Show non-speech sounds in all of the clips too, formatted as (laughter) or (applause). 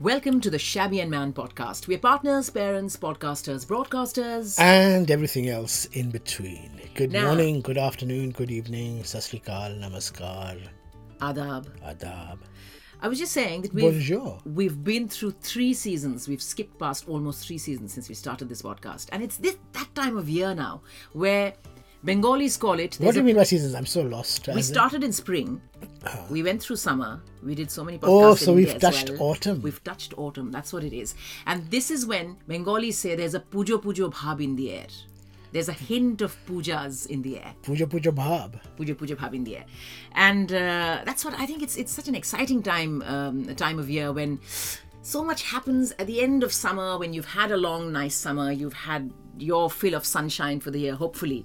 Welcome to the Shabby and Man podcast. We're partners, parents, podcasters, broadcasters. and everything else in between. Good Now- morning, good afternoon, good evening, sasrikal, namaskar, Adab. adab, I was just saying that we've bonjour. we've been through three seasons. We've skipped past almost three seasons since we started this podcast, and it's this that time of year now where Bengalis call it. What there's do a- you mean by seasons? I'm so lost. We As in- started in spring. We went through summer. We did so many podcasts. Oh, in so we've India as touched well. autumn. We've touched autumn. That's what it is. And this is when Bengalis say there's a pujo pujo bhab in the air. There's a hint of pujas in the air. Puja Puja Bhab. Puja Puja Bhab in the air. And uh, that's what I think it's it's such an exciting time um, time of year when so much happens at the end of summer when you've had a long nice summer you've had your fill of sunshine for the year hopefully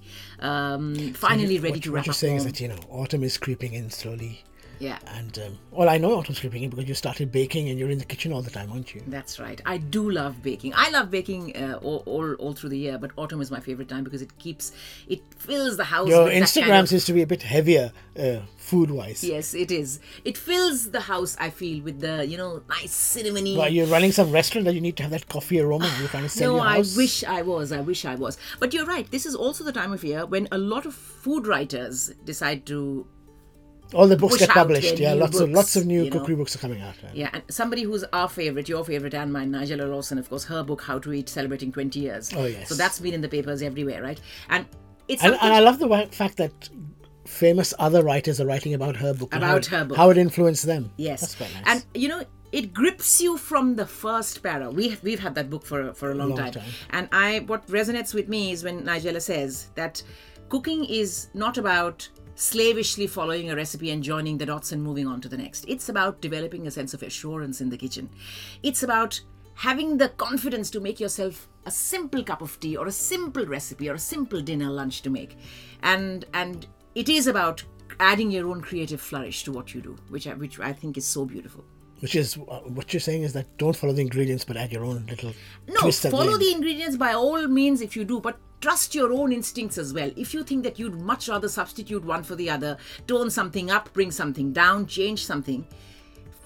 um, finally ready What, to what wrap you're up saying is home. that you know autumn is creeping in slowly, yeah and um, well, I know autumn's creeping in because you started baking and you're in the kitchen all the time, aren't you? that's right i do love baking i love baking uh, all, all all through the year but autumn is my favorite time because it keeps it fills the house Your with that Instagram kind of- seems to be a bit heavier, uh, food-wise. yes it is it fills the house i feel with the you know nice cinnamony Well, you're running some restaurant that you need to have that coffee aroma. You're trying to sell No, your I house. wish I was. I wish I was. But you're right. This is also the time of year when a lot of food writers decide to. All the books push get out published. their Yeah, new lots of books, lots of new you know. cookery books are coming out. right? Yeah, and somebody who's our favorite, your favorite, and mine, Nigella Lawson, of course, her book, How to Eat, celebrating 20 years. Oh, yes. So that's been in the papers everywhere, right? And it's And, something- and I love the wa- fact that famous other writers are writing about her book. and how About it- her book. How it influenced them. Yes, That's quite nice. And you know, it grips you from the first para. We have, we've had that book for a- for a long, time. time. and I what resonates with me is when Nigella says that cooking is not about slavishly following a recipe and joining the dots and moving on to the next. It's about developing a sense of assurance in the kitchen. It's about having the confidence to make yourself a simple cup of tea or a simple recipe or a simple dinner lunch to make. And and it is about adding your own creative flourish to what you do, which I, which I think is so beautiful. Which is uh, what you're saying is that don't follow the ingredients, but add your own little No, twist at follow the, the ingredients by all means if you do, but trust your own instincts as well. If you think that you'd much rather substitute one for the other, tone something up, bring something down, change something,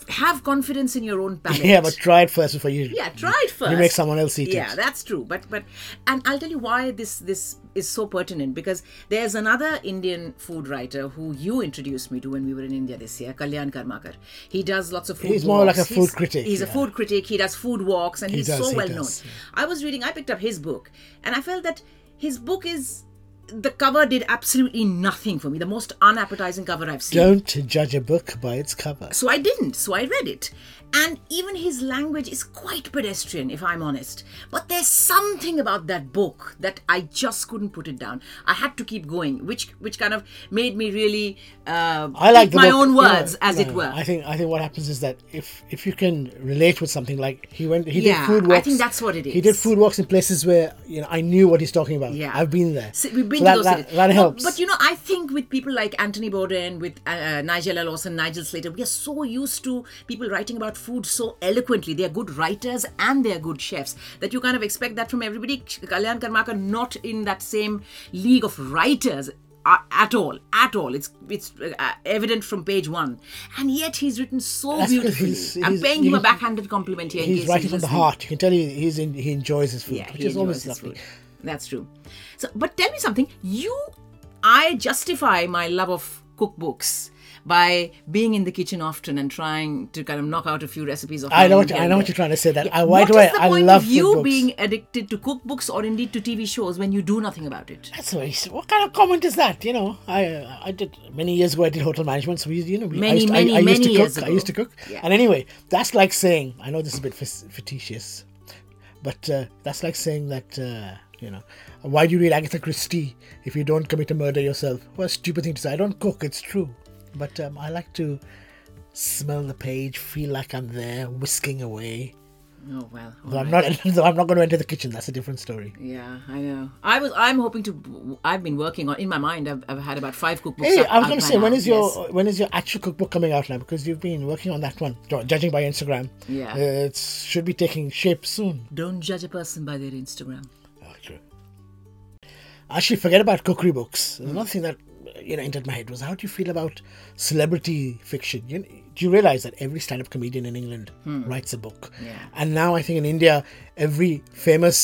have confidence in your own palate. end. (laughs) (laughs) Yeah, but try it first before you. yeah, try it first. You make someone else eat Yeah, it. that's true. But but and I'll tell you why this this is so pertinent because there's another Indian food writer who you introduced me to when we were in India this year, Kalyan Karmakar. He does lots of food. He's more like walks. a food critic, He's a yeah. food critic. He does food walks, and he's does, so he well does, known. I was reading. I picked up his book, and I felt that his book is. The cover did absolutely nothing for me. The most unappetizing cover I've seen. Don't judge a book by its cover. So I didn't, so I read it. And even his language is quite pedestrian, if I'm honest. But there's something about that book that I just couldn't put it down. I had to keep going, which which kind of made me really uh, I like eat the my book- own no, words, as no, it were. I think I think what happens is that if if you can relate with something like he went, he Yeah, did food I walks. think that's what it He did is. food walks in places where you know I knew what he's talking about. Yeah. I've been there. So we've been to So that, those that, cities. that No, helps. But you know, I think with people like Anthony Borden, with uh, uh, Nigella Lawson, Nigel Slater, we are so used to people writing about food so eloquently. They are good writers and they are good chefs that you kind of expect that from everybody. Kalyan Karmakar not in that same league of writers. uh, At all, at all, it's it's uh, evident from page one, and yet he's written so That's 'cause beautifully. he's- I'm he's- paying him a he's- backhanded compliment here. in he's case writing from the listening. heart. You can tell he he's in, he enjoys his food, Yeah, which he is always enjoys his lovely. food. That's true. So, but tell me something. You, I justify my love of cookbooks by being in the kitchen often and trying to kind of knock out a few recipes. Of I mine know what here I and know what there. you're trying to say. That I, why What do I? is the I point love of you food books. being addicted to cookbooks or indeed to TV shows when you do nothing about it? That's very, s- what kind of comment is that? You know, I I did many years ago. I did hotel management, so we, you know, we, I Many, used, to- I- many, I, used many to cook. years I used to ago. cook. Yeah. And anyway, that's like saying. I know this is a bit fas- fictitious, but uh, that's like saying that uh, you know, why do you read Agatha Christie if you don't commit a murder yourself? What a stupid thing to say. I don't cook. It's true, but um, I like to smell the page, feel like I'm there, whisking away. Oh well. all Though I'm right. not. (laughs) Though I'm not going to enter the kitchen. That's a different story. Yeah, I know. I was. I'm hoping to. I've been working on. In my mind, I've, I've had about five cookbooks. Hey, up- I was up going to by say, when now. is your Yes. when is your actual cookbook coming out now? Because you've been working on that one, ju- judging by Instagram. Yeah. Uh, it should be taking shape soon. Oh, Don't judge a person by their Instagram. Actually, forget about cookery books. There's another thing that uh, you know entered my head was how do you feel about celebrity fiction? You, do you realize that every stand-up comedian in England writes a book, Hmm. Yeah. and now I think in India every famous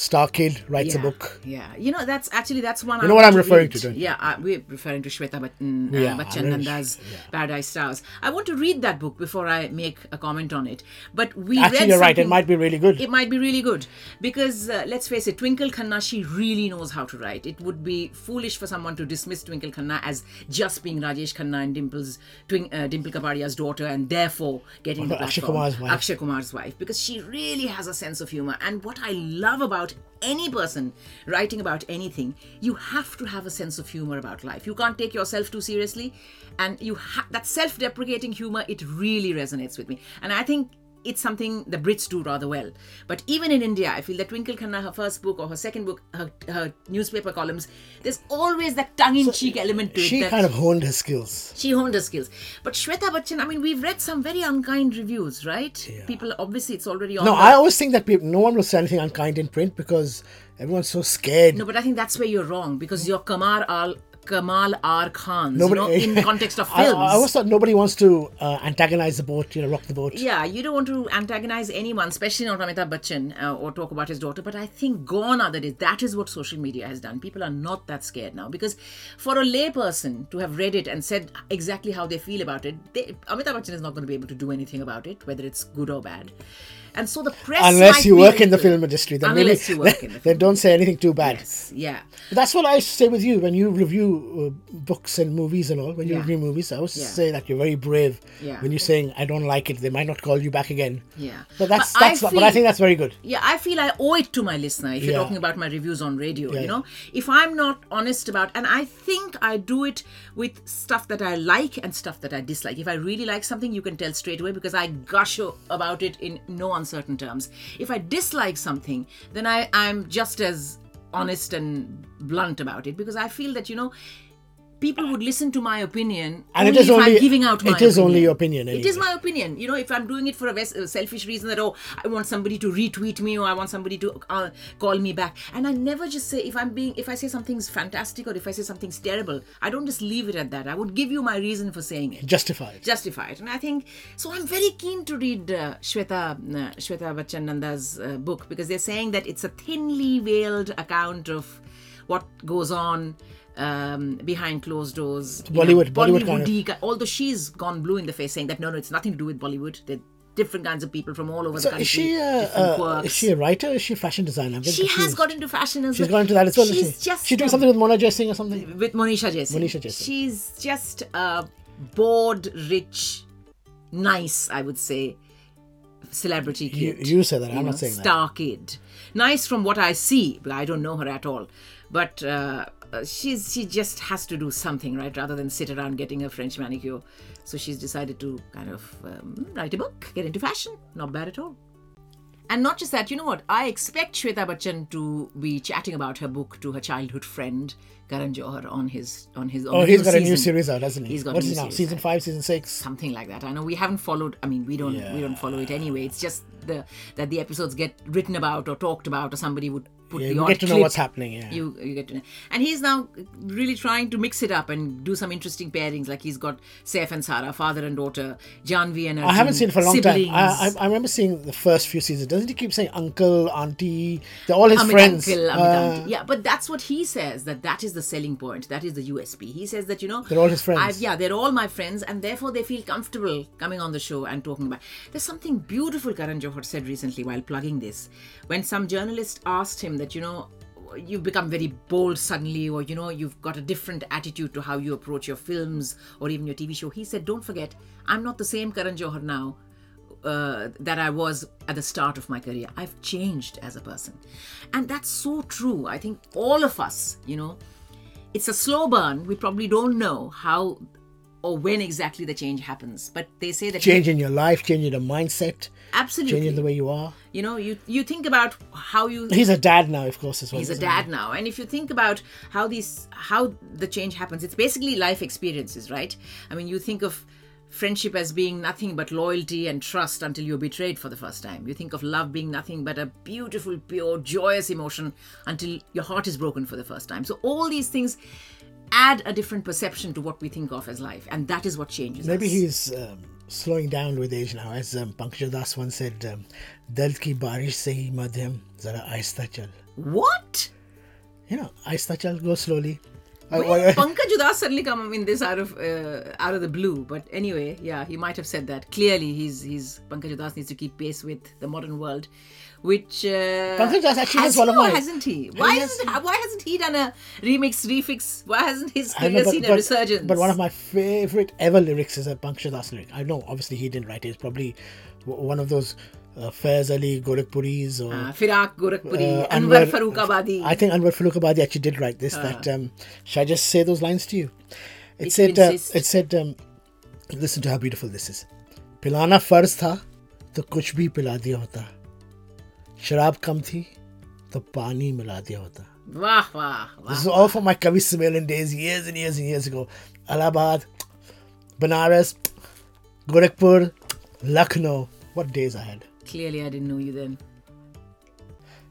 star kid writes yeah, a book. Yeah, you know that's actually that's one. know what I'm referring to, don't you? Yeah, uh, we're referring to Shweta Bachchan, Yeah, uh, I Bachchan know Nanda's Paradise Stars. I want to read that book before I make a comment on it. But we read Actually, you're right. It something- might be really good. it might be really good because uh, let's face it twinkle khanna she really knows how to write it would be foolish for someone to dismiss twinkle khanna as just being rajesh khanna and dimple's Twin, uh, dimple kabadia's daughter and therefore getting the no, Akshay platform. Kumar's wife. akshay kumar's wife because she really has a sense of humor and what i love about any person writing about anything you have to have a sense of humor about life you can't take yourself too seriously and you ha- that self-deprecating humor it really resonates with me and i think it's something the Brits do rather well. But even in India, I feel that Twinkle Khanna, her first book or her second book, her, her newspaper columns, there's always that tongue-in-cheek element to it. she that- kind of honed her skills. she honed her skills. But Shweta Bachchan, I mean, we've read some very unkind reviews, right? People, obviously, it's already on. No, the- I always think that people, no one will say anything unkind in print because everyone's so scared. No, but I think that's where you're wrong because you're Kamar Al Kamal R. Khan, you Nobody- know, in (laughs) context of I- films. I, always thought nobody wants to uh, antagonize the boat, you know, rock the boat. Yeah, you don't want to antagonize anyone, especially not Amitabh Bachchan, uh, or talk about his daughter. But I think gone are the days. That is what social media has done. People are not that scared now because for a layperson to have read it and said exactly how they feel about it, they, Amitabh Bachchan is not going to be able to do anything about it, whether it's good or bad. And so the press, Unless might you be work in the able- film industry, then unless maybe you work (laughs) in the then don't say anything too bad. films, yeah. That's what I used to say with you when you review uh, books and movies and all. When you Yeah. review movies, I always Yeah. say that you're very brave Yeah. when you're saying I don't like it. They might not call you back again. Yeah. but that's But I that's. but I feel- think that's very good. Yeah, I feel I owe it to my listener if you're Yeah. talking about my reviews on radio, you yeah. know. If I'm not honest about and I think I do it with stuff that I like and stuff that I dislike. If I really like something, you can tell straight away because I gush o- about it in no uncertain terms. If I dislike something, then I I'm just as honest and blunt about it because I feel that, you know, people would listen to my opinion And it only is if only- I'm giving out my it is only your opinion It is anyway. my opinion. You know, if I'm doing it for a ves- a selfish reason that oh, I want somebody to retweet me or I want somebody to uh, call me back, and I never just say if I'm being if I say something's fantastic or if I say something's terrible, I don't just leave it at that. I would give you my reason for saying it. Justify it. Justify it, and I think so. I'm very keen to read uh, Shweta uh, Shweta Bachchan Nanda's uh, book because they're saying that it's a thinly veiled account of what goes on um, behind closed doors. in a Bollywood- Bollywood kind of- Bollywood Deca- although she's gone blue in the face saying that no, no, it's nothing to do with Bollywood. They're different kinds of people from all over the Is country. she a, different uh, quirks. is she a writer? Is she a fashion designer? I'm very She has confused. got into fashion as She's well. gone into that as well. isn't She's she? just She's doing a- something with Mona Jessing or something. with Monisha Jason. Monisha Jason. She's just a bored, rich, nice, I would say, celebrity You, kid. you say that. I'm know, not saying that. star kid. Nice from what I see, but I don't know her at all. But uh, uh, she's she just has to do something, right? Rather than sit around getting a French manicure, so she's decided to kind of um, write a book, get into fashion. Not bad at all. And not just that, you know what? I expect Shweta Bachchan to be chatting about her book to her childhood friend Karan Johar on his on his. On Oh, the he's got a new season. series out, hasn't he? He's got What a is new it now? series Season out. five, season six. something like that. I know we haven't followed. I mean, we don't we don't follow it anyway. It's just the that the episodes get written about or talked about, or somebody would put Yeah, the you odd get to know clip. what's happening. Yeah. You you get to know. And he's now really trying to mix it up and do some interesting pairings. Like he's got Saif and Sara, father and daughter, Janvi and Arjun, I haven't seen it for a long siblings. time. I, I, I remember seeing the first few seasons. Doesn't he keep saying uncle, auntie? They're all his Amit friends. Uncle, Amit Uh, Auntie. Yeah, but that's what he says. That that is the selling point. That is the USP. He says that you know They're all his friends. I've, yeah, they're all my friends, and therefore they feel comfortable coming on the show and talking about. There's something beautiful Karan Johar said recently while plugging this, when some journalist asked him that you know you've become very bold suddenly or you know you've got a different attitude to how you approach your films or even your tv show he said don't forget i'm not the same karan johar now uh, that I was at the start of my career. I've changed as a person. And that's so true. I think all of us, you know, it's a slow burn. We probably don't know how or when exactly the change happens. But they say that Changing your life, changing your mindset, absolutely, changing the way you are. you know, you, you think about how you He's a dad now, of course, as well. he's a isn't he? dad now and if you think about how these how the change happens it's basically life experiences right i mean you think of friendship as being nothing but loyalty and trust until you're betrayed for the first time you think of love being nothing but a beautiful pure joyous emotion until your heart is broken for the first time so all these things add a different perception to what we think of as life, and that is what changes. Maybe us. he's um, slowing down with age now. As um, Pankaj Das once said, um, "Dal ki barish se hi madhyam zara aista chal." what? You know, aista chal, go slowly. Uh, Where why- did Pankaj Udas suddenly come in this out of uh, out of the blue? But anyway, yeah, he might have said that. Clearly, he's he's Pankaj Udas needs to keep pace with the modern world, which uh, Pankaj Udas actually has has one he of or my- hasn't he? Why he has- hasn't why hasn't he done a remix refix? Why hasn't his I career know, seen a resurgence? but one of my favorite ever lyrics is a Pankaj Das lyric. I know, obviously, he didn't write it. It's probably w- one of those uh, Faiz Ali Gorakhpuris or uh, Firak Gorakhpuri, uh, Anwar, Farooqabadi. I think Anwar Farooqabadi actually did write this. that um, should I just say those lines to you? It Ah. If you said. Uh, insist. it said. Um, listen to how beautiful this is. Pilana farz tha, to kuch bhi pila diya hota. शराब कम थी तो पानी मिला दिया होता Wah, wah, wah. This is all from my Kavi Sumerian days, years and years and years ago. Allahabad, Banaras, Gorakhpur, Lucknow. What days I had. Clearly, I didn't know you then.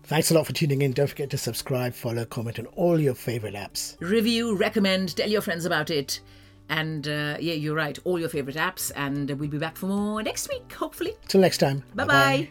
Thanks a lot for tuning in. Don't forget to subscribe, follow, comment on all your favorite apps. review, recommend, tell your friends about it. And uh, yeah, you're right, all your favorite apps. And we'll be back for more next week, hopefully. Till next time. Bye bye.